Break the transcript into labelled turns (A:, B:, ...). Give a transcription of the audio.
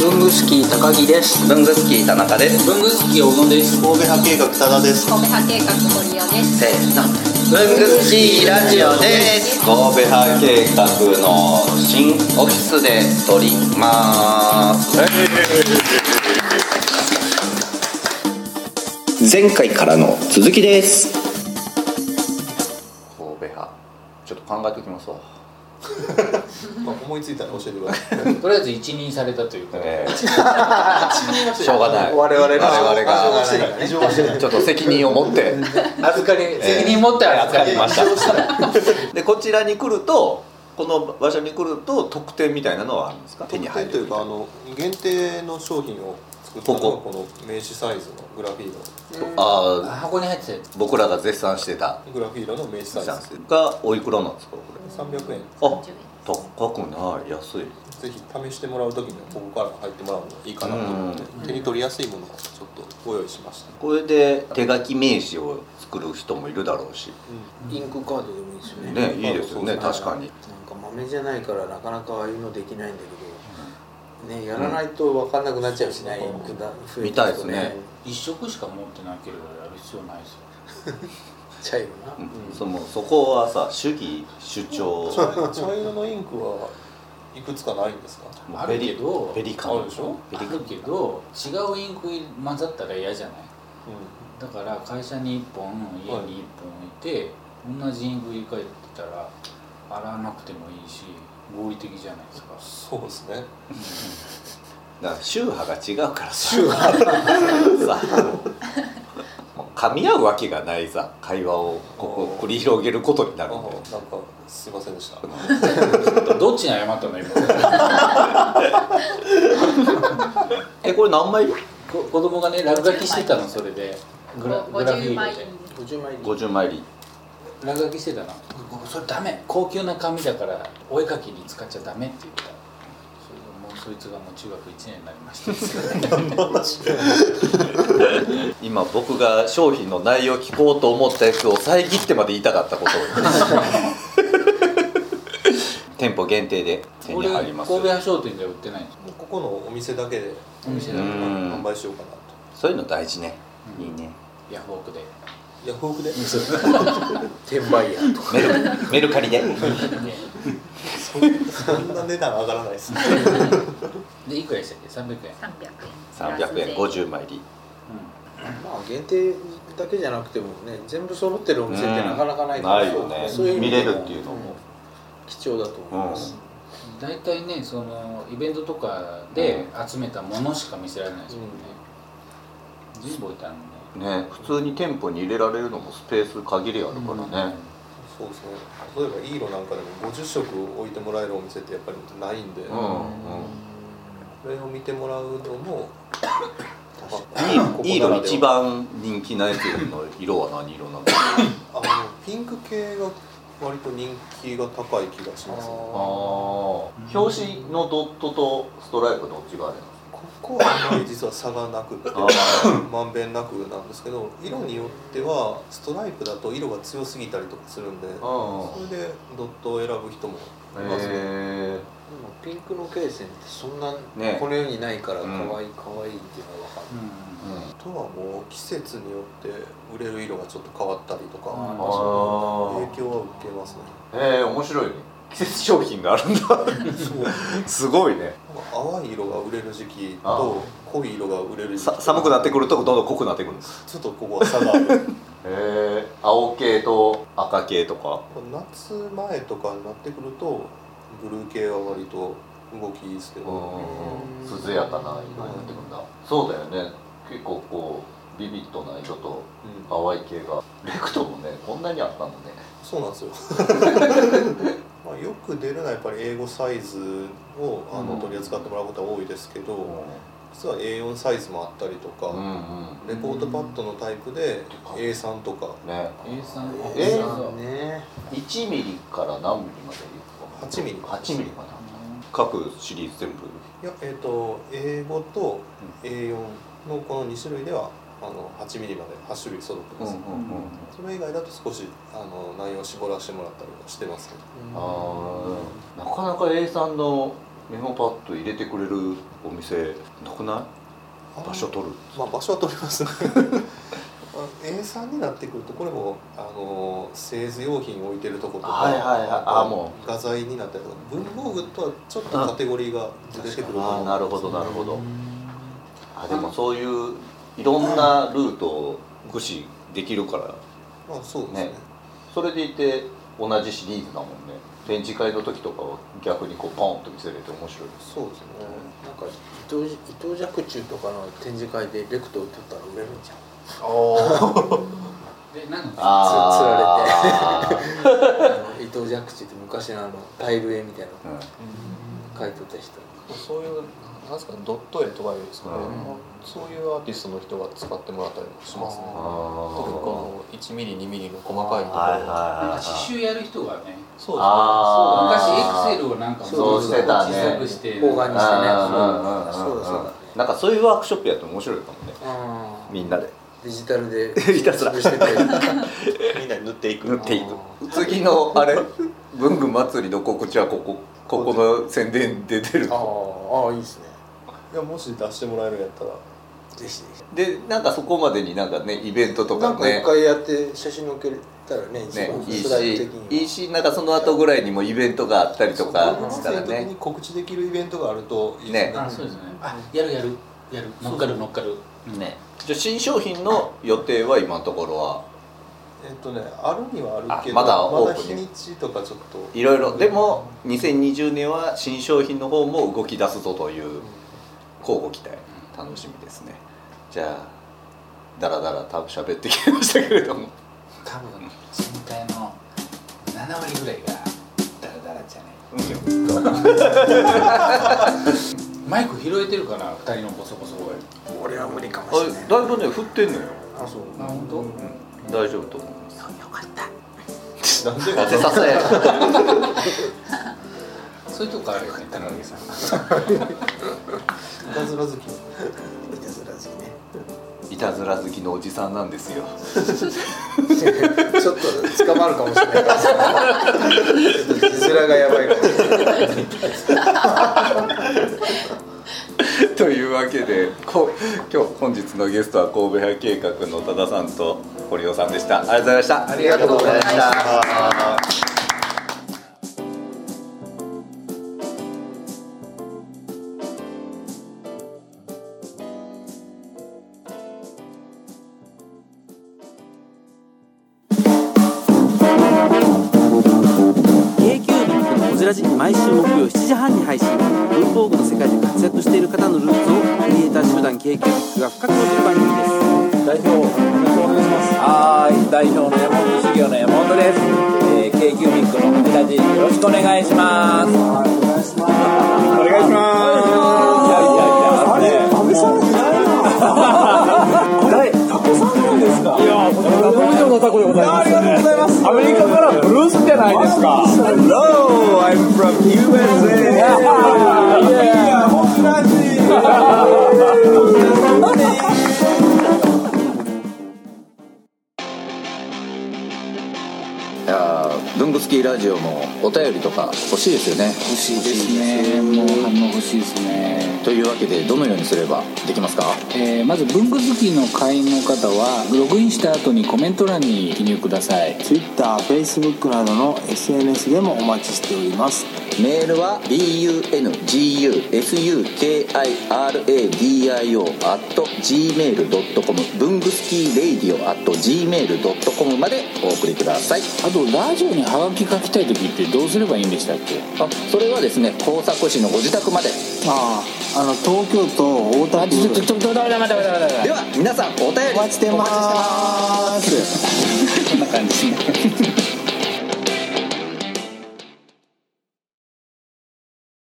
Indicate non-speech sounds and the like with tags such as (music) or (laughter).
A: 文具スキー高木です
B: 文具スキー田中です
A: 文具スキー小野です
C: 神戸派計画多田です
D: 神戸派計画堀尾です。
B: せーの文具スキーラジオです
C: 神戸派計画の
B: 新オフィスで撮ります
C: 前回からの続きです
B: 神戸派ちょっと考えておきますわ
C: まあ思いついたら教えてください
A: とりあえず一任されたというか
B: え (laughs) ー、しょうがない
A: 我々が
B: 我々
C: 異常
B: が
C: して
B: (laughs)
C: ない異常してない
B: ちょっと責任を持って
A: 預かり責任持って預かりました、
E: (laughs) でこちらに来るとこの場所に来ると特典みたいなのはあるんですか手に
C: 特
E: 入
C: 典とい
E: る
C: うかあの限定の商品を作ったのがこの名刺サイズのグラフィード
E: ああ
A: 箱に入って
E: 僕らが絶賛してた
C: グラフィードの名刺サイズ
E: がおいくらなんですかこれ
C: 300円
E: あ高くない安い
C: ぜひ試してもらう時にはここから入ってもらうのがいいかなと思って手に取りやすいものをちょっとご用意しました
E: これで手書き名刺を作る人もいるだろうし
A: インクカードでもいいですよね
E: ねいいですよね
A: そう
E: 確かに
A: なんか豆じゃないからなかなかああいうのできないんだけど、ねやらないと分かんなくなっちゃうしね、インクだ増えてくと
E: みたいですね
F: 一色しか持ってなければやる必要ないですよ
A: 茶色な、
E: うんそのそこはさ主義主張
C: 茶色のインクはいくつかないんですか
E: もう
F: あ
E: ペ
F: る
E: リ
F: けど
E: ペリカン
F: あるでしょ
E: ペ
F: あ
E: リカン
F: るけど違うインク混ざったら嫌じゃないだから会社に1本家
C: はい
F: に1本置いて同じインク入れ替えてたら洗わなくてもいいし合理的じゃないですか
C: そうですね
E: だから宗派が違うからささもう噛み合うわけがないさ会話をここ繰り広げることにな
C: あ
E: るん
C: なん
E: だよ
C: かすいませんでした
F: どどっちに謝ったの今
A: (laughs)
E: えこれ何枚
F: こ子供がね落書きしてたのそれでグラグラフィ
D: 50
F: ー
D: 枚
F: ドで
A: 50枚
E: 50枚入り
F: 落書きしてたの「それダメ高級な紙だからお絵描きに使っちゃダメ」って言ったそれでもうそいつがもう中学1年になりました
E: (laughs) 今僕が商品の内容を聞こうと思ったやつを遮ってまで言いたかったことを店舗限定で手
F: こ
E: に
F: れ
E: 入
F: 神
E: り
F: 戸
E: ます
F: 派商店では売ってないんですよ
C: もうここのお店だけで
F: お店
E: う
F: だけ
E: ん
C: 販売しようかなと
E: そういうの大事ね
F: うん
E: いいね
F: ヤフオクで
C: ヤフオクで
E: (laughs)
A: 転売ヤーとか
E: メルメルカリで
C: そんそんな値段上がらないですね
F: でいくらでしたっけ300円
D: 三百円。
E: 300円50枚入り
A: まあ限定だけじゃなくてもね全部揃ってるお店ってなかなかないから、
E: ないよね
A: そういう意味
E: 見
A: で
E: れ
A: も
E: るっていうのも
A: 貴重だと思います、
F: 大体ねそのイベントとかで集めたものしか見せられないですもんね全部置いてあるのね
E: ね普通に店舗に入れられるのもスペース限りあるからね、
C: そうですね例えばイーロなんかでも50色置いてもらえるお店ってやっぱりないんで、
E: うん
C: こ
E: うん
C: れを見てもらうのも
E: いい色一
C: 番
E: 番人気なやつの色は何色なの
C: あのピンク系が割と人気が高い気がしますね
E: ああ表紙のドットとストライプどっちがあれなの
C: ここはあまり実は差がなくて
E: あー
C: まんべんなくなんですけど色によってはストライプだと色が強すぎたりとかするんで
E: あ
C: それでドットを選ぶ人もいますね
E: へえ
A: でもピンクのケースってそんな
E: ね
A: この世にないから
E: う
A: 可
E: ん
A: 愛い可愛いっていうのが分かる、
F: うん
C: あとはもう季節によって売れる色がちょっと変わったりとか、
F: うん
E: あ
C: 影響は受けますね
E: へえ面白いね季節商品があるん
C: (laughs)
E: だ
C: そう
E: すごいね
C: 淡い色が売れる時期
E: あ
C: と濃い色が売れる時期
E: さ寒くなってく
C: る
E: るとどんどん濃くなってくるんです
C: ちょっとここは差がある (laughs)
E: へえ青系と赤系とか
C: 夏前とかになってくるとブルー系は割と動きいいですけど、
E: うん涼やかな色になってくるんだそうだよね結構こうビビッドな色と
C: うん
E: 淡い系がレクトもねこんなにあったのね
C: そうなんです
E: (laughs)
C: よまあよく出るのはやっぱり英語サイズをあの
E: うん
C: 取り扱ってもらうことは多いですけど、
E: う
C: 実は A4 サイズもあったりとか、
E: んうん
C: レポートパッドのタイプで A3 とか
E: ね
F: A さん
E: えー
F: A さん
A: ね
E: 1ミリから何ミリまで
C: 8ミリ
E: 8ミリかな各シリーズ全部
C: いやえっ、と英語と A4 のこの2種類ではあの8ミリまで8種類揃ってます、それ以外だと少しあの内容を絞らせてもらったりはしてますけど
E: あーなかなか A さんのメモパッド入れてくれるお店なくない場所取る
C: まあ場所は取りますね (laughs) まあ A3 になってくるとこれもあの製図用品置いてるとことか、
E: はいはいはいあも
C: 画材になったりとか文房具とはちょっとカテゴリーが出てくるか
E: ああなるほどなるほどあでもそういういろんなルートを駆使できるから
C: まあそうですね
E: ねそれでいて同じシリーズだもんね展示会の時とかは逆にこうポンと見せれて面白いです
C: そうですね
A: なんか伊藤伊藤若冲とかの展示会でレクト売ってたら売れるんじゃん
F: でなんか
A: あ
C: (laughs)
E: ー
A: あ (laughs) の伊藤若冲って昔のあのタイル絵みたいな
E: うん
A: の描いてた人
C: そういうなんですかドット絵とかいうですかね、
E: うん
C: そういうアーティストの人が使ってもらったりもしますね
E: あ
C: 特に
E: ー
C: この1ミリ2ミリの細かいところ、
E: はいはい
F: なん
E: は
F: か刺
E: い
F: 繍やる人がね
C: そうですね
E: あ
F: 昔エ
E: ー
F: クセルをなんかも
E: そうしてたね
F: 小さくして
A: 方眼にしてね
E: あーうんうん
A: そ
E: うん
A: うだそうだ
E: うんなんかそういうワークショップやっても面白いかもね
A: あー
E: みんなで
A: デジタル (laughs) で
E: ひたすら
A: 潰して (laughs) て
C: みんなに塗ってい
E: 塗っていく次のあれ文具祭りの告知はここここの宣伝で出る
A: あーあーいいですね
C: いやもし出してもらえるんやったら
A: ぜひぜひ
E: でなんかそこまでになんかねイベントと
A: な
E: か
A: んか
E: ね
A: 一回やって写真載っけたらね一
E: ね
A: 番
E: いい
A: スライド
E: し
A: 的にはい
E: いしなんかその後ぐらいにもイベントがあったりとか
C: そ
E: し
C: う
E: たら
C: そういう時に
E: ね
C: 告知できるイベントがあるといいですね
F: あそうですねあやるやるやる乗っかる乗っかる
E: ねじゃあ新商品の予定は今のところは
C: えっとねあるにはあるけど
E: あまだオープ
C: 日
E: ンに
C: にちとかちょっと
E: いろいろでも2020年は新商品の方も動き出すぞという交互期待楽しみですねじゃあだらだら多分喋ってきましたけれども
F: 多分全体の7割ぐらいがダラダラじゃないマイク拾えてるかな2人のボソボソ声
A: 俺は無理かも
E: あ
A: し
E: れ
A: れない
E: だいぶね振ってんのよ
A: あそう
F: あ本当、
E: 大丈夫と思います
C: なんで
E: 当てさせ
F: そういうとこあるよね田中さん
C: いたずら好き
A: いたずら好きね
E: いたずら好きのおじさんなんですよ
A: ちょっと捕まるかもしれない
E: (laughs)
A: から面がやばいかもしれない
E: (laughs) というわけでこ今日本日のゲストは神戸派計画の多田さんと堀尾さんでしたありがとうございましたありがとうございました
G: こじらじ毎週木曜7時半に配信文房具の世界で活躍している方のルーツをクリエイター集団 k q b i が深く落る番組です
H: 代表お願いしますはい代表の山本修行の山本です、えー、k q b i c のこじらじよろしくお願いしますはいお願いしますお願いしますいやいやいやあれ安倍さんじゃないな誰タコさんなんですかいや東京のタコでございますありがとうございますアメリカからブルースじゃないですか Hello I'm from USA いやこじらじ
B: 文具好きラジオもお便りとか欲しいですよね欲しいですねもう反応欲しいですねというわけでどのようにすればできますか
I: えーまず文具好きの会員の方はログインした後にコメント欄に記入ください
G: TwitterFacebook などの SNS でもお待ちしております
B: メールは bungusukiradio.gmail.com 文具スキーレイディオ .gmail.com までお送りください
I: あとラジオにハガキ書きたい時ってどうすればいいんでしたっけ
B: あそれはですね工作士のご自宅まで
G: あああの東京都大田
I: あ
G: 区
I: ちょっとちょっと待って待って待って待って
B: では皆さんお便り
G: お待ちしてます
I: こんな感じですね